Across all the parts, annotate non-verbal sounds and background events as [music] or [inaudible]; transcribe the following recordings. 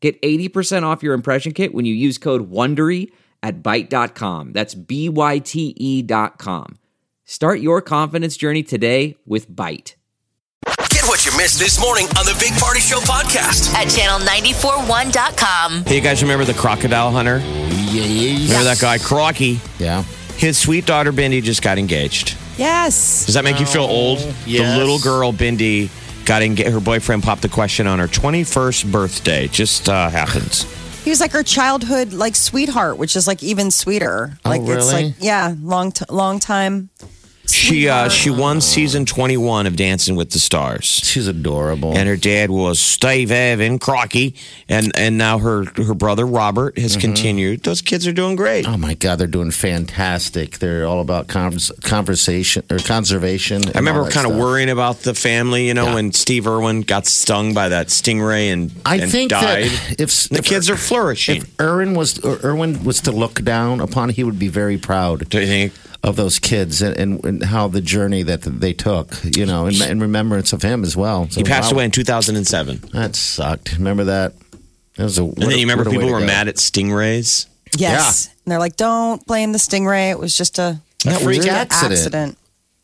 Get 80% off your impression kit when you use code WONDERY at Byte.com. That's B-Y-T-E E dot com. Start your confidence journey today with Byte. Get what you missed this morning on the Big Party Show podcast. at channel941.com. Hey, you guys remember the crocodile hunter? Remember that guy, Crocky? Yeah. His sweet daughter, Bindi, just got engaged. Yes. Does that make you feel old? Yes. The little girl, Bindi, got engaged. Her boyfriend popped the question on her 21st birthday. Just uh, happens. He was like her childhood like sweetheart, which is like even sweeter. Oh, like it's really? like yeah, long t- long time. She uh, she won season 21 of Dancing with the Stars. She's adorable. And her dad was Steve Evan Crocky, and and now her her brother Robert has Mm-hmm. continued. Those kids are doing great. Oh my God, they're doing fantastic. They're all about convers- conversation or conservation. I remember kind of worrying about the family, you know, when Steve Irwin got stung by that stingray and, I and think died. that [laughs] if the if- kids are flourishing. if Irwin was or Irwin was to look down upon, he would be very proud Do you think? of those kids and, and, and how the journey that they took, you know, in, in remembrance of him as well. So, He passed wow, away in 2007. That sucked. Remember that? That was a. And then you remember people were mad at stingrays? Yes. And they're like, don't blame the stingray. It was just a A freak an accident.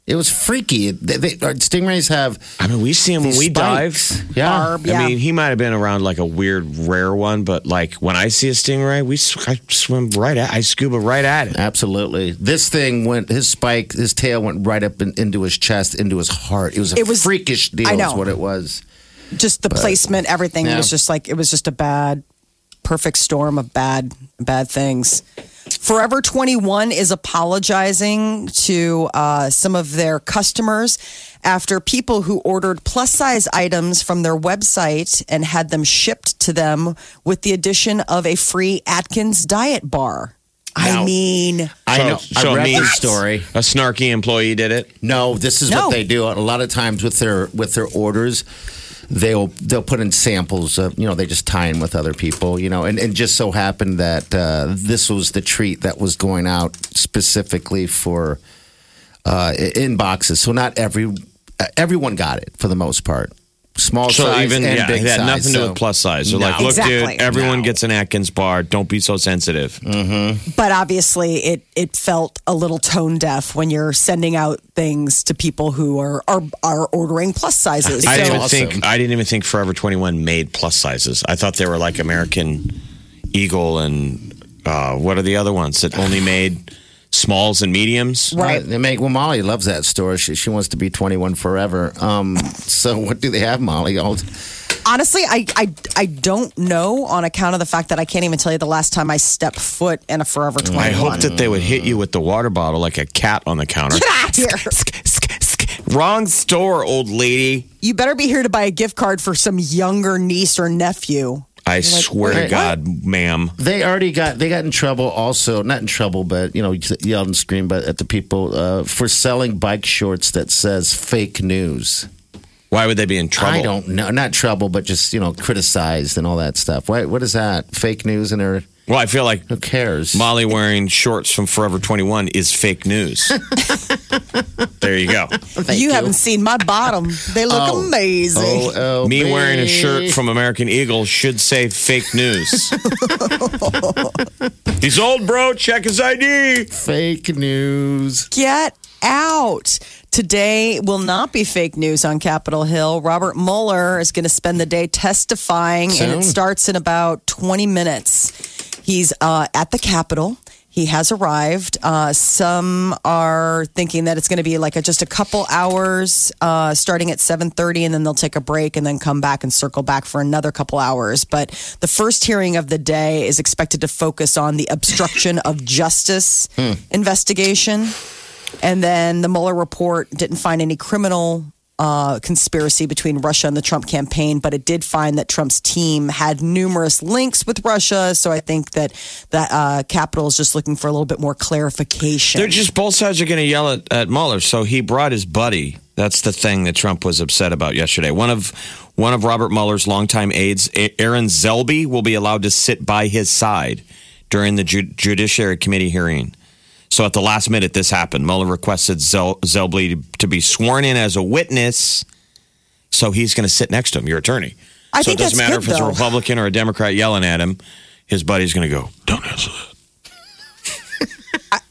It was freaky. They, they, stingrays have I mean, we see him when these we spikes. dive. Yeah. Barb, yeah. I mean, he might have been around like a weird, rare one, but like when I see a stingray, we sw- I swim right at, I scuba right at it. Absolutely. This thing went, his spike, his tail went right up in, into his chest, into his heart. It was a It was- freakish deal, I is know. what it was. just the placement, everything Yeah. was just like it was just a bad, perfect storm of bad, bad things. Forever 21 is apologizing to uh, some of their customers after people who ordered plus size items from their website and had them shipped to them with the addition of a free Atkins diet bar. I Now- mean, I So- know. so I it read the means- story. A snarky employee did it. No, this is No. what they do a lot of times with their with their orders. They'll they'll put in samples of you know they just tie in with other people you know and and just so happened that uh, this was the treat that was going out specifically for uh, i- in boxes. So not every uh, everyone got it for the most part. Small So size even and yeah, big it had size. nothing to do so- with plus size. They're like, No. look, Exactly. dude, everyone No. gets an Atkins bar. Don't be so sensitive. but obviously it it felt a little tone deaf when you're sending out things to people who are are, are ordering plus sizes. I didn't So- even awesome. think I didn't even think Forever Twenty One made plus sizes. I thought they were like American Eagle and uh, what are the other ones that only made smalls and mediums? Right. They make well. Molly loves that store. She she wants to be twenty one forever. Um. So what do they have, Molly? All honestly, I, I I don't know on account of the fact that I can't even tell you the last time I stepped foot in a Forever Twenty One. Mm, I hope that they would hit you with the water bottle like a cat on the counter. [laughs] Get out here! Wrong store, old lady. You better be here to buy a gift card for some younger niece or nephew. I swear to wait, God, ma'am. they already got they got in trouble. Also, not in trouble, but you know, yelled and screamed but at the people uh, for selling bike shorts that says fake news. Why would they be in trouble? I don't know, not trouble, but just you know, criticized and all that stuff. Why? What is that? Fake news and her? Well, I feel like Who cares? Molly wearing shorts from Forever 21 is fake [laughs] news. there you go. you, haven't seen my bottom. They look amazing. Oh, Me wearing a shirt from American Eagle should say fake news. He's old, bro. Check his ID. fake news. Get out. Today will not be fake news on Capitol Hill. Robert Mueller is going to spend the day testifying, and Soon. it starts in about 20 minutes. He's uh, at the Capitol. He has arrived. Uh, some are thinking that it's going to be like a, just a couple hours, uh, starting at 7:30, and then they'll take a break and then come back and circle back for another couple hours. But the first hearing of the day is expected to focus on the obstruction of justice investigation. And then the Mueller report didn't find any criminal uh, conspiracy between Russia and the Trump campaign, but it did find that Trump's team had numerous links with Russia. So I think that that uh, Capitol is just looking for a little bit more clarification. They're just both sides are going to yell at, at Mueller. So he brought his buddy. That's the thing that Trump was upset about yesterday. One of one of Robert Mueller's longtime aides, A- Aaron Zelby, will be allowed to sit by his side during the ju- Judiciary Committee hearing. So at the last minute, this happened. Mueller requested Zel- Zelby to be sworn in as a witness. So he's going to sit next to him, your attorney. I so think it doesn't that's matter good, if it's a though. Republican or a Democrat yelling at him. His buddy's going to go, don't answer that.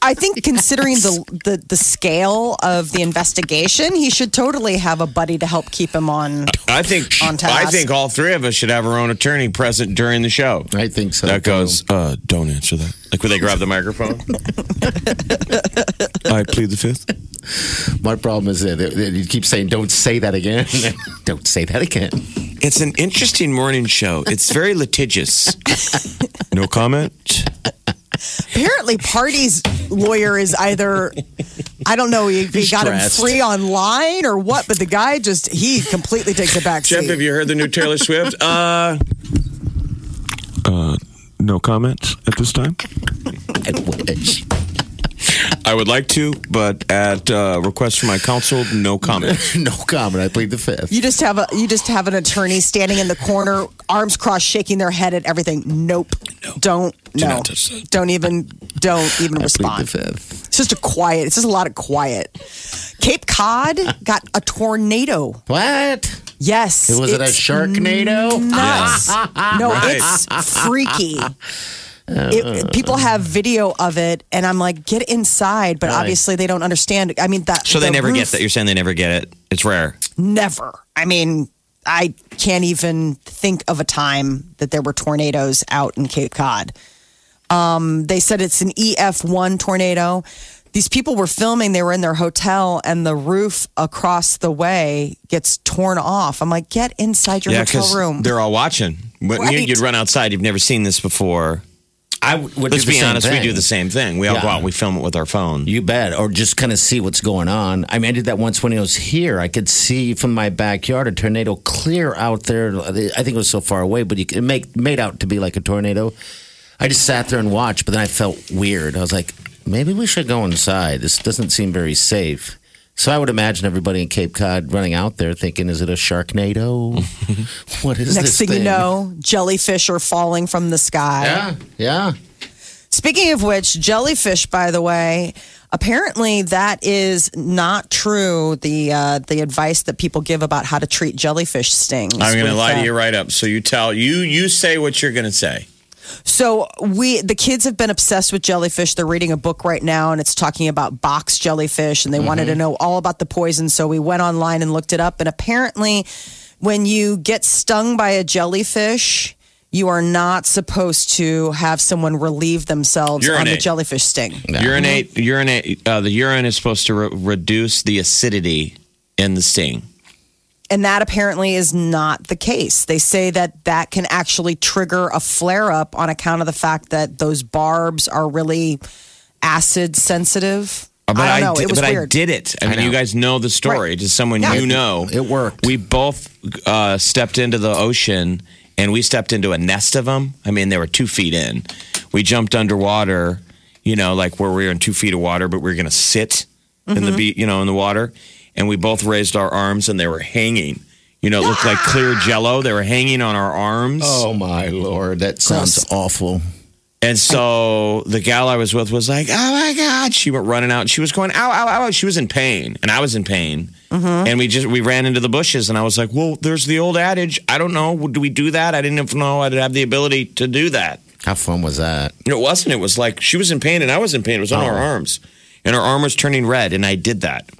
I think considering the, the the scale of the investigation, he should totally have a buddy to help keep him on. I think [laughs] On task. I think all three of us should have our own attorney present during the show. I think so. That goes, uh, don't answer that. Like when they grab the microphone. I plead the fifth. My problem is that, that you keep saying, "Don't say that again." [laughs] Don't say that again. [laughs] [laughs] It's an interesting morning show. It's very litigious. [laughs] no comment. Apparently, Party's lawyer is either I don't know he, he got him Stressed. free online or what, but the guy just he completely takes a back Jeff, have seat. you heard the new Taylor Swift? Uh, No comments at this time. I wish. I would like to, but at uh, request from my counsel, no comment. No comment. I plead the fifth. You just have a you just have an attorney standing in the corner, arms crossed, shaking their head at everything. Nope, don't no, not touch that. don't even don't even plead the respond. fifth. It's just a quiet. It's just a lot of quiet. Cape Cod got a tornado. What? Yes. Was it a it's sharknado? [laughs] Nuts. No, Right. it's [laughs] freaky. It, people have video of it, and I'm like, get inside. But obviously, they don't understand. I mean, that. So they the never get roof- that. You're saying they never get it. It's rare. Never. I mean, I can't even think of a time that there were tornadoes out in Cape Cod. Um, they said it's an EF1 tornado. These people were filming, they were in their hotel, and the roof across the way gets torn off. I'm like, get inside your hotel room. they're all watching. But you, Right. you'd run outside. You've never seen this before. I would do Let's the be same honest. thing. We do the same thing. We all Yeah. go out. and We film it with our phone. You bet. Or just kind of see what's going on. I mean, I did that once when I was here. I could see from my backyard a tornado clear out there. I think it was so far away, but you could- it make, made out to be like a tornado. I just sat there and watched, but then I felt weird. I was like, maybe we should go inside. This doesn't seem very safe. So I would imagine everybody in Cape Cod running out there thinking, is it a [laughs] sharknado? what is this Next thing, you know, jellyfish are falling from the sky. Yeah, yeah. Speaking of which, jellyfish, by the way, apparently that is not true. The uh, the advice that people give about how to treat jellyfish stings. I'm going to With, lie uh, to you right up. So you tell you you say what you're going to say. So we the kids have been obsessed with jellyfish. They're reading a book right now and it's talking about box jellyfish and they wanted Mm-hmm. to know all about the poison. So we went online and looked it up and apparently when you get stung by a jellyfish, you are not supposed to have someone relieve themselves on the Urinate. jellyfish sting. Urinate, urinate. Uh, the urine is supposed to re- reduce the acidity in the sting. And that apparently is not the case. They say that that can actually trigger a flare up on account of the fact that those barbs are really acid sensitive. Uh, I don't know. di- it was but I weird. did it. I, mean, you guys know the story. Right. It is someone Yeah. you know. It worked. We both uh, stepped into the ocean and we stepped into a nest of them. I mean, they were two feet in. We jumped underwater, you know, like where we were in two feet of water, but we were going to sit in Mm-hmm. the be- you know, in the water. And we both raised our arms and they were hanging. You know, it looked like [gasps] clear jello. They were hanging on our arms. Oh, my Lord. That sounds awful. And so the gal I was with was like, "Oh my god!" She went running out, and she was going, "Ow, ow, ow!" She was in pain, and I was in pain. Mm-hmm. And we just we ran into the bushes, and I was like, "Well, there's the old adage. I don't know. Do we do that? I didn't even know I'd have the ability to do that. How fun was that? It wasn't. It was like she was in pain, and I was in pain. It was on Oh. our arms, and her arm was turning red, and I did that,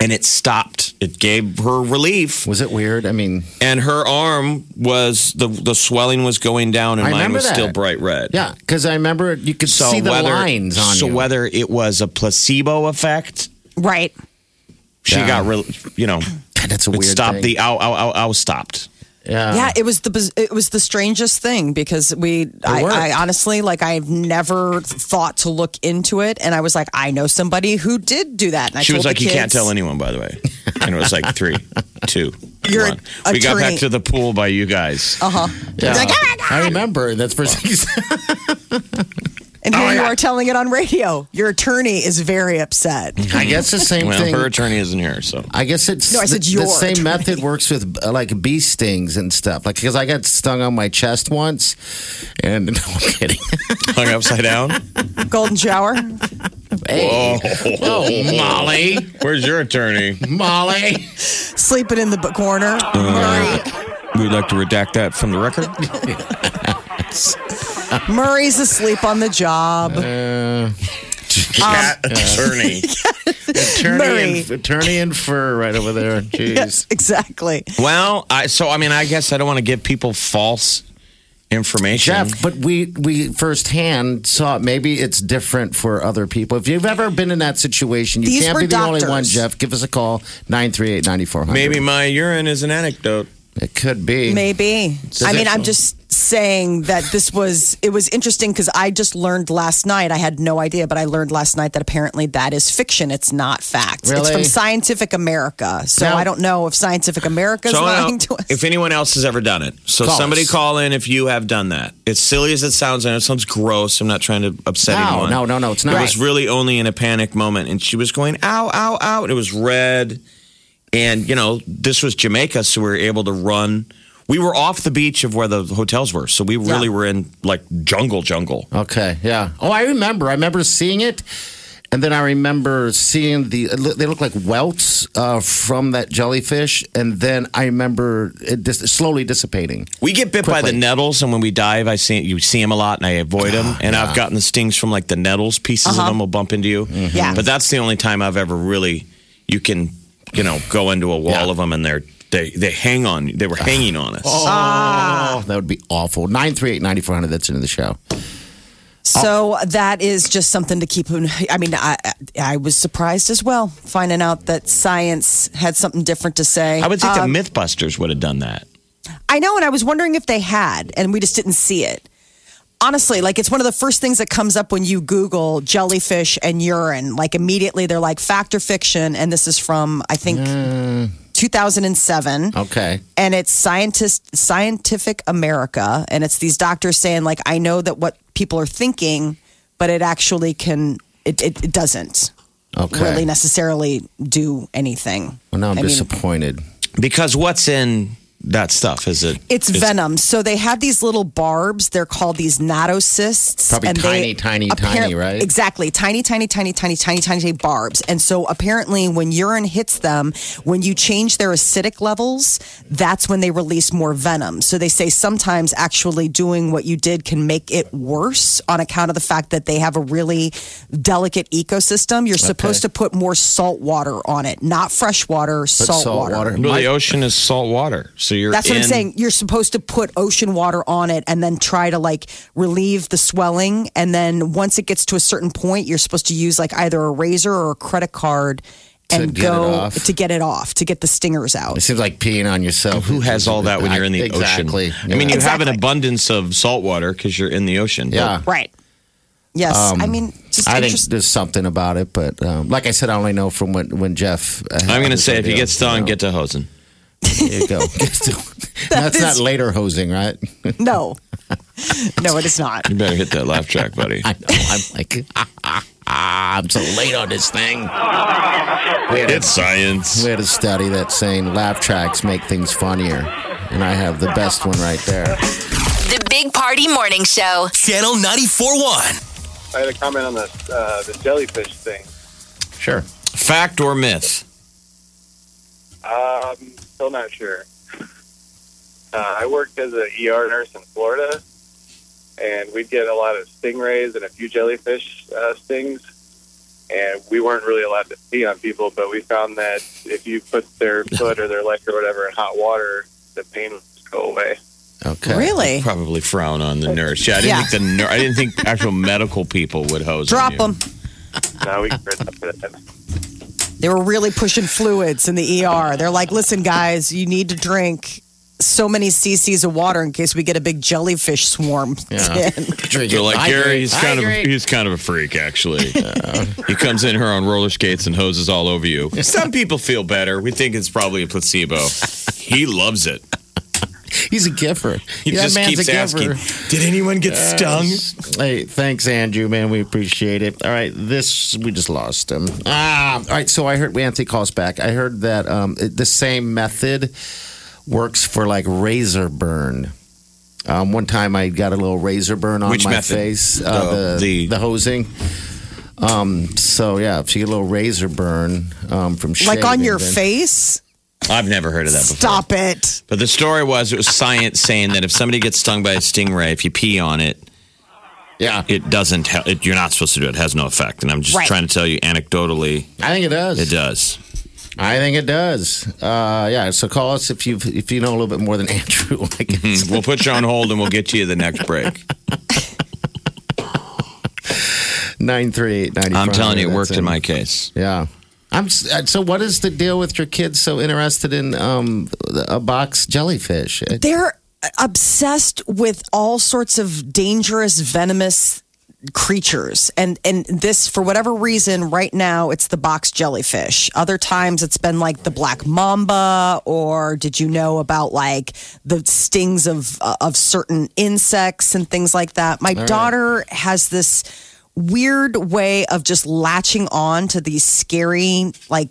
and it stopped. It gave her relief, Was it weird? I mean, and her arm was the the swelling was going down, and I mine remember was still that. bright red. Yeah, because I remember you could So see the whether, lines on so you. [laughs] whether it was a placebo effect, right. she Yeah. got real, you know, God, that's a it [clears throat] weird stopped thing. the ow, ow, ow, ow stopped. Oh. yeah. yeah, it was the biz- it was the strangest thing because we I, worked. I honestly like I've never thought to look into it, and I was like I know somebody who did do that. And I She was told like, the you can't kids- tell anyone, by the way. And it was [laughs] like three, two, You're one. a We got back attorney. to the pool by you guys. Uh huh. Like, oh my I remember that's first thing you said. And Oh, here you are telling it on radio. Your attorney is very [laughs] upset. [laughs] I guess the same Well, thing. her attorney isn't here, so I guess it's No, I said the, your the same attorney. method works with uh, like bee stings and stuff. Like because I got stung on my chest once, and [laughs] no I'm kidding. hung upside down. Golden shower. Hey, oh Molly, Where's your [laughs] attorney? Molly. sleeping in the b- corner. Uh, We'd like to redact that from the record. Murray, Murray's asleep on the [laughs] job. Uh, Cat Um, attorney. Attorney Murray. and, attorney and fur right over [laughs] there. Jeez. Yes, exactly. Well, I so I mean I guess I don't want to give people false information. Jeff, but we we firsthand saw it. Maybe it's different for other people. If you've ever been in that situation, you These can't were be the only one, doctors. Jeff. Give us a call 938-9400. Maybe my urine is an anecdote. it could be. Maybe. I mean, I'm just saying that this was, it was interesting because I just learned last night. I had no idea, but I learned last night that apparently that is fiction. It's not fact. It's Really? from Scientific America. So Now- I don't know if Scientific America is So I lying don't- to us. if anyone else has ever done it, so Call somebody us. call in if you have done that. As silly as it sounds, I know it sounds gross. I'm not trying to upset No, anyone. no, no, no. It's not. It was really only in a panic moment, and she was going ow, ow, ow, and it was red. And you know, this was Jamaica, so we were able to run. We were off the beach of where the hotels were, so we really were in like jungle, jungle. Okay, yeah. Oh, I remember. I remember seeing it, and then I remember seeing the. it look- They look like welts uh, from that jellyfish, and then I remember it dis- slowly dissipating. We get bit by the Quickly. nettles, and when we dive, I see you see them a lot, and I avoid Ah, them. And I've gotten the stings from like the nettles. Pieces of them will bump into you. Uh-huh. Mm-hmm. Yeah. but that's the only time I've ever really you can you know go into a wall Yeah. of them, and they're they they hang on. They were hanging on us. Ah. Oh, that would be awful. Nine three eight ninety four hundred. That's into the show. So that is just something to keep. in- I mean, I I was surprised as well finding out that science had something different to say. I would think Um, the MythBusters would have done that. I know, and I was wondering if they had, and we just didn't see it. Honestly, like it's one of the first things that comes up when you Google jellyfish and urine. Like immediately, they're like fact or fiction, and this is from I think 2007 Okay. and it's scientist scientific america and it's these doctors saying like i know that what people are thinking but it actually can it, it, it doesn't Okay. really necessarily do anything Well, now I'm I mean- disappointed. Because what's in that stuff? Is it? it's, venom so they have these little barbs they're called these nattocysts Probably tiny, tiny, tiny, right? exactly tiny tiny tiny tiny tiny tiny tiny barbs and so apparently when urine hits them when you change their acidic levels that's when they release more venom so they say sometimes actually doing what you did can make it worse on account of the fact that they have a really delicate ecosystem you're supposed to put more salt water on it not fresh water But salt, water Well, My- the ocean is salt water, so you're. that's what I'm in- saying. You're supposed to put ocean water on it and then try to like relieve the swelling. And then once it gets to a certain point, you're supposed to use like either a razor or a credit card and get it go off. to get it off, to get the stingers out. It seems like peeing on yourself. Who has all that when you're in the exactly. ocean? I mean, you Yeah. have an abundance of salt water because you're in the ocean. but yeah. Right. Yes. I mean, just I think interest- there's something about it, but um, like I said, I only know from when, when Jeff. uh, had I'm going to his say if you idea. get stung, Yeah. get to Hosen. [laughs] [laughs] There you go. [laughs] [laughs] That's not later hosing, right? [laughs] no. [laughs] no, it is not. You better hit that laugh track, buddy. I know. I'm like, [laughs] ah, ah, ah, I'm so late on this thing. We had, [laughs] It's a, science. [laughs] we had a study that's saying laugh tracks make things funnier, and I have the best one right there. The Big Party Morning Show. Channel 941. I had a comment on the uh, the jellyfish thing. Sure. Fact or myth? Um, still not sure. Uh, I worked as a ER nurse in Florida, and we'd get a lot of stingrays and a few jellyfish uh, stings. And we weren't really allowed to pee on people, but we found that if you put their foot or their leg or whatever in hot water, the pain would just go away. Okay. Really? Probably frown on the nurse. Yeah, I didn't Yeah. think the ner- I didn't think actual medical people would hose. on Drop you. them. Now we can [laughs] rid of that. E They were really pushing fluids in the ER. They're like, listen, guys, you need to drink so many cc's of water in case we get a big jellyfish swarm. Yeah. [laughs] in. Drink They're it. like I Gary. agree. He's I kind of agree. he's kind of a freak, [laughs] actually. he comes in here on roller skates and hoses all over you. Some people feel better. We think it's probably a placebo. He loves it. He's a giver. He that just man's keeps a asking. giver. Did anyone get stung? Hey, thanks, Andrew, man. We appreciate it. All right, this, we just lost him. Ah, all right, so I heard, we Anthony calls back. I heard that um, it, the same method works for like razor burn. Um, one time I got a little razor burn on Which my method? face, uh, The- the, the- the, hosing. Um, so yeah, if you get a little razor burn um, from like on your shaving, then- face? I've never heard of that before. Stop it. But the story was it was science saying that if somebody gets stung by a stingray, if you pee on it, yeah, it doesn't. He- it, you're not supposed to do it. It Has no effect. And I'm just Right. trying to tell you anecdotally, I think it does. it does. I think it does. Uh, yeah, so call us if you if you know a little bit more than [laughs] Andrew. I guess. We'll put you on hold and we'll get you the next break. [laughs] Nine three eight ninety. I'm telling you, it That's worked in my case. Yeah. I'm s- uh, so. What is the deal with your kids so interested in um, a box jellyfish? It- They're obsessed with all sorts of dangerous, venomous creatures and and this for whatever reason right now it's the box jellyfish other times it's been like the black mamba or did you know about like the stings of uh, of certain insects and things like that my daughter has this weird way of just latching on to these scary like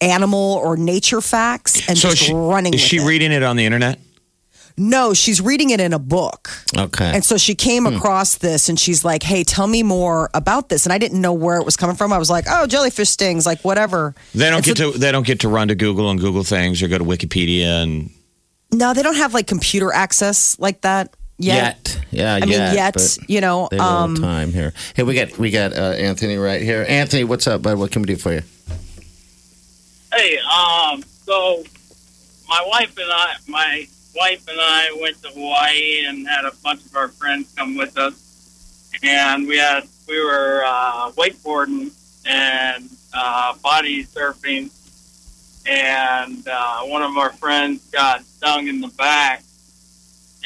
animal or nature facts and just she, running is with she it. reading it on the internet? No, she's reading it in a book. Okay. And so she came Hmm. across this and she's like, hey, tell me more about this. And I didn't know where it was coming from. I was like, oh, jellyfish stings, like whatever. They don't And get so- to they don't get to run to Google and Google things or go to Wikipedia and No, they don't have like computer access like that yet. Yeah. I mean, yet, but you know. They will Um, in time here. Hey, we got we got uh, Anthony right here. Anthony, what's up, bud? What can we do for you? Hey, um, so my wife and I, my wife and I went to Hawaii and had a bunch of our friends come with us, and we had we were uh, wakeboarding and uh, body surfing, and uh, one of our friends got stung in the back,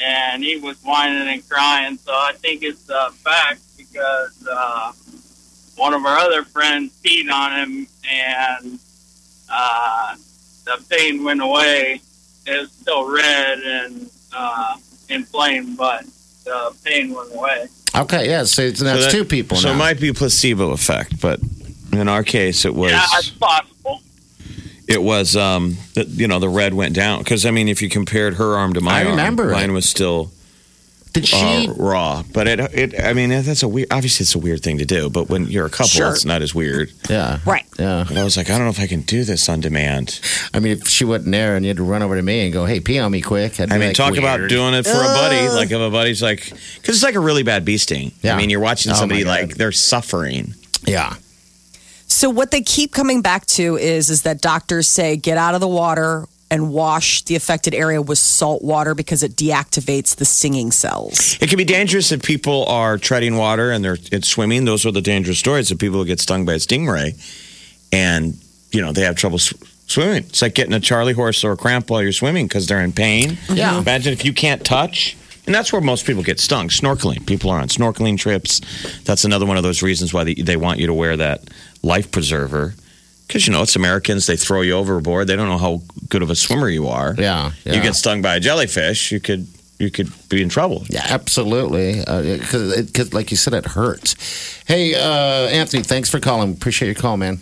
and he was whining and crying. So I think it's uh, back because uh, one of our other friends peed on him and uh, the pain went away. It was still red and uh, inflamed, but the pain went away. Okay. Yeah. So it's, that's that- two people. So now. it might be a placebo effect, but in our case, it was Yeah, it's possible. it was um the, you know the red went down because I mean if you compared her arm to my I arm, remember it. mine was still Did she? uh, raw. But it it I mean that's a weird obviously it's a weird thing to do, but when you're a couple, Sure. it's not as weird. yeah. right. Yeah. But I was like, I don't know if I can do this on demand. I mean, if she wasn't there and you had to run over to me and go, "Hey, pee on me quick," I'd be I mean, like, talk about weird. Uh. doing it for a buddy. Like if a buddy's like, because it's like a really bad bee sting. I Yeah. mean, you're watching Oh, my somebody God. like they're suffering. Yeah. So what they keep coming back to is is that doctors say get out of the water and wash the affected area with salt water because it deactivates the stinging cells. [laughs] It can be dangerous if people are treading water and they're it's swimming. Those are the dangerous stories of people who get stung by a stingray, and you know they have trouble sw- swimming. It's like getting a Charlie horse or a cramp while you're swimming because they're in pain. Yeah. Imagine if you can't touch. And that's where most people get stung, snorkeling. People are on snorkeling trips. That's another one of those reasons why they, they want you to wear that life preserver. Because, you know, it's Americans, they throw you overboard. They don't know how good of a swimmer you are. Yeah. yeah. You get stung by a jellyfish, you could you could be in trouble. Yeah, absolutely. Because, it 'cause like you said, it hurts. Hey, uh, Anthony, thanks for calling. Appreciate your call, man.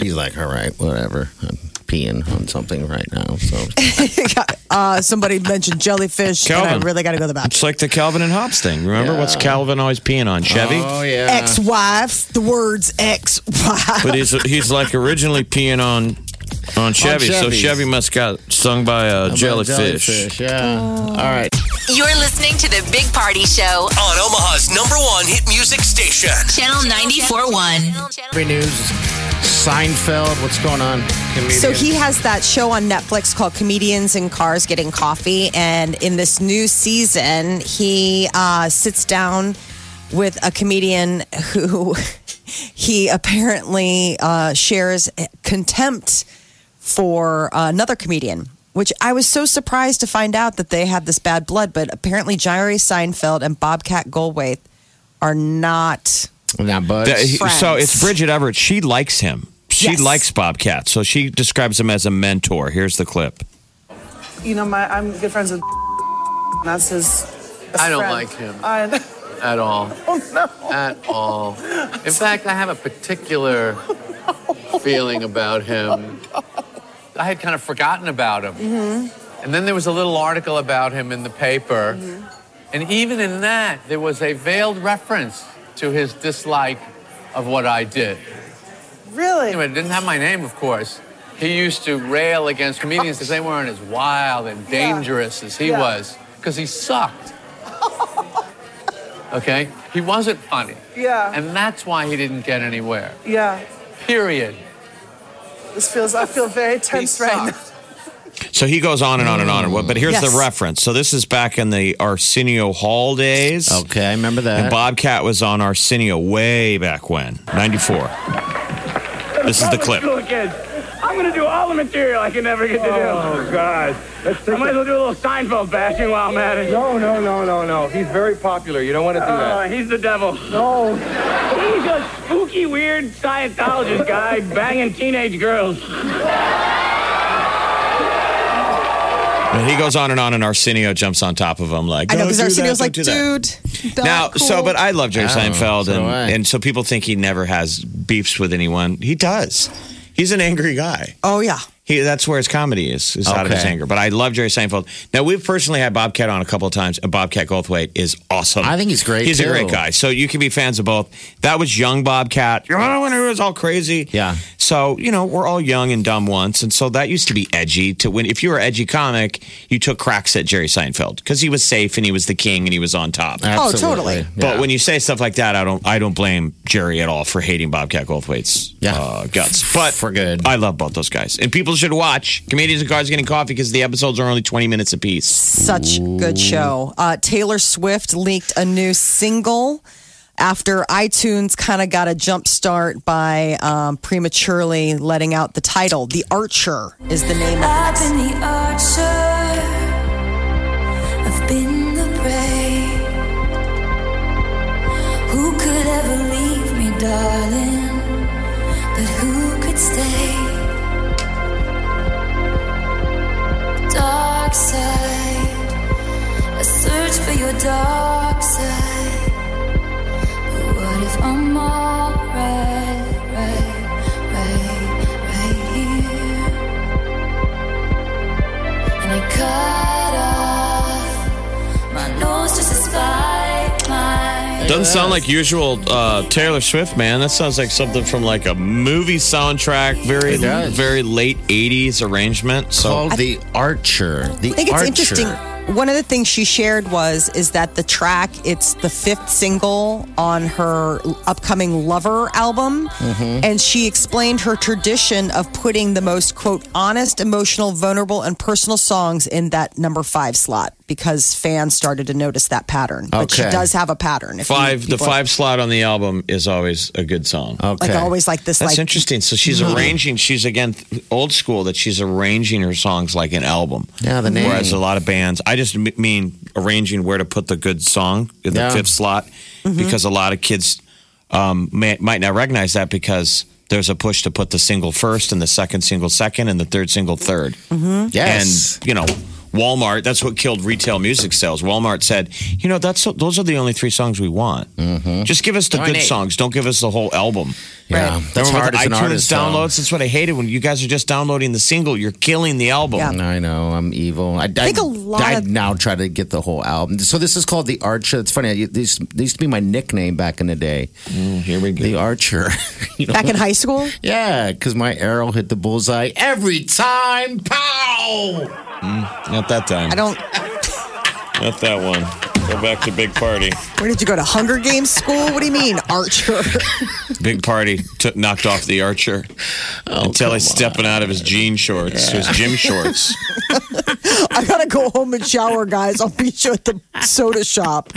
He's like, all right, whatever. I'm peeing on something right now. So uh, somebody mentioned jellyfish Calvin. and I really got to go to the bathroom. It's like the Calvin and Hobbes thing. Remember what's Calvin always peeing on? [laughs] Chevy? oh yeah, ex-wife. The words ex-wife. But he's he's like originally peeing on on Chevy. so Chevys. Chevy must got stung by a About jellyfish. jellyfish, Yeah. All right. You're listening to the Big Party Show, On Omaha's number one hit music station. Channel 94.1. Free news. Seinfeld. What's going on? Comedian. So he has that show on Netflix called Comedians in Cars Getting Coffee, and in this new season, he uh, sits down with a comedian who [laughs] he apparently uh, shares contempt for uh, another comedian. which I was so surprised to find out that they had this bad blood. But apparently, Jerry Seinfeld and Bobcat Goldthwait are not. Not buds. That- he- Friends. so it's Bridget Everett. She likes him. She Yes. likes Bobcat. So she describes him as a mentor. Here's the clip. you know, my I'm good friends with. and That's his. best I don't friend. like him. I, Oh, At [laughs] all. At all. In fact, I have a particular feeling about him. Oh, I had kind of forgotten about him. Mm-hmm. And then there was a little article about him in the paper. Mm-hmm. And even in that, there was a veiled reference to his dislike of what I did. really. Anyway, it didn't have my name, of course. He used to rail against comedians because they weren't as wild and dangerous as he Yeah. was, because he sucked. okay? He wasn't funny. Yeah. And that's why he didn't get anywhere. yeah. Period. This feels. I feel very He tense right now. sucked. So he goes on and on and on. and on. But here's Yes. the reference. So this is back in the Arsenio Hall days. Okay, I remember And that. Bobcat was on Arsenio way back when, 94. This is the clip. kids. I'm gonna do all the material I can never get to do. Oh God! I might as well do a little Seinfeld bashing while I'm at it. No, no, no, no, no. He's very popular. You don't want to do that. He's the devil. No. He's a spooky, weird Scientologist guy banging teenage girls. And he goes on and on, and Arsenio jumps on top of him like, I know "Don't because do that, Arsenio's don't like, do that." dude. not Now, so, cool." but I love Jerry Oh, Seinfeld, so do and, I. and so people think he never has beefs with anyone. He does. He's an angry guy. oh yeah, He, that's where his comedy is, is out of his Okay. anger. But I love Jerry Seinfeld. Now, we've personally had Bobcat on a couple of times, and Bobcat Goldthwait is awesome. I think he's great, He's a too. great guy. So you can be fans of both. That was young Bobcat. You remember when he was all crazy? Yeah. So, you know, we're all young and dumb once. And so that used to be edgy. To when If you were an edgy comic, you took cracks at Jerry Seinfeld because he was safe and he was the king and he was on top. Absolutely. Oh, totally. But Yeah. when you say stuff like that, I don't. I don't blame Jerry at all for hating Bobcat Goldthwait's Yeah. uh, guts. But For good. I love both those guys, and people should watch Comedians and Cars Getting Coffee because the episodes are only twenty minutes apiece. such good show. Uh, Taylor Swift leaked a new single after iTunes kind of got a jump start by um, prematurely letting out the title. The Archer is the name of it. the archer. I've been the prey. Who could ever leave me, darling? But who could stay? Dark side. I search for your dark side. But what if I'm alright, right, right, right here? And I cut off my nose just to spite my. Doesn't sound like usual uh, Taylor Swift, man. That sounds like something from like a movie soundtrack, very It does. very late '80s arrangement. So Called the Archer. The I think it's Archer. interesting. One of the things she shared was is that the track it's the fifth single on her upcoming Lover album, Mm-hmm. and she explained her tradition of putting the most quote honest, emotional, vulnerable, and personal songs in that number five slot because fans started to notice that pattern. But she Okay. does have a pattern. If you- five, the people- five slot on the album is always a good song. Okay. like always like this That's like interesting. So she's arranging. She's again th- old school. That she's arranging her songs like an album. Yeah, the name. Whereas a lot of bands, I just m- mean arranging where to put the good song in the Yeah. fifth slot, because a lot of kids um, may, might not recognize that because there's a push to put the single first and the second single second and the third single 3rd Yes. and you know Walmart. That's what killed retail music sales. Walmart said, you know, that's those are the only three songs we want. Mm-hmm. Just give us the good songs. Don't give us the whole album. yeah. That's Remember hard with as an iTunes artist. though. downloads. That's what I hated when you guys are just downloading the single. You're killing the album. Yeah. I know I'm evil. I, I think a lot I of- now try to get the whole album. So this is called the Archer. It's funny. I, this, this used to be my nickname back in the day, Mm, Here we the Archer. [laughs] you know? back [laughs] in high school. Yeah, because my arrow hit the bullseye every time. Pow! Not that time. I don't. Not that one. Go back to Big Party. Where did you go to Hunger Games school? What do you mean, Archer? Big Party took knocked off the Archer until he's stepping out of his jean shorts, his gym shorts. I gotta go home and shower, guys. I'll meet you at the soda shop.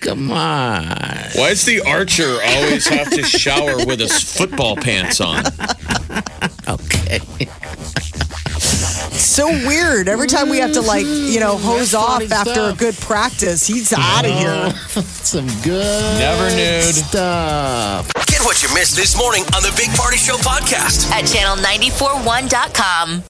Come on. Why does the Archer always have to shower with his football pants on? Okay. so weird. Every time we have to like, you know, hose off funny after a stuff. good practice, he's out of here. [laughs] Some good Never nude. stuff. Get what you missed this morning on the Big Party Show podcast. At channel941.com.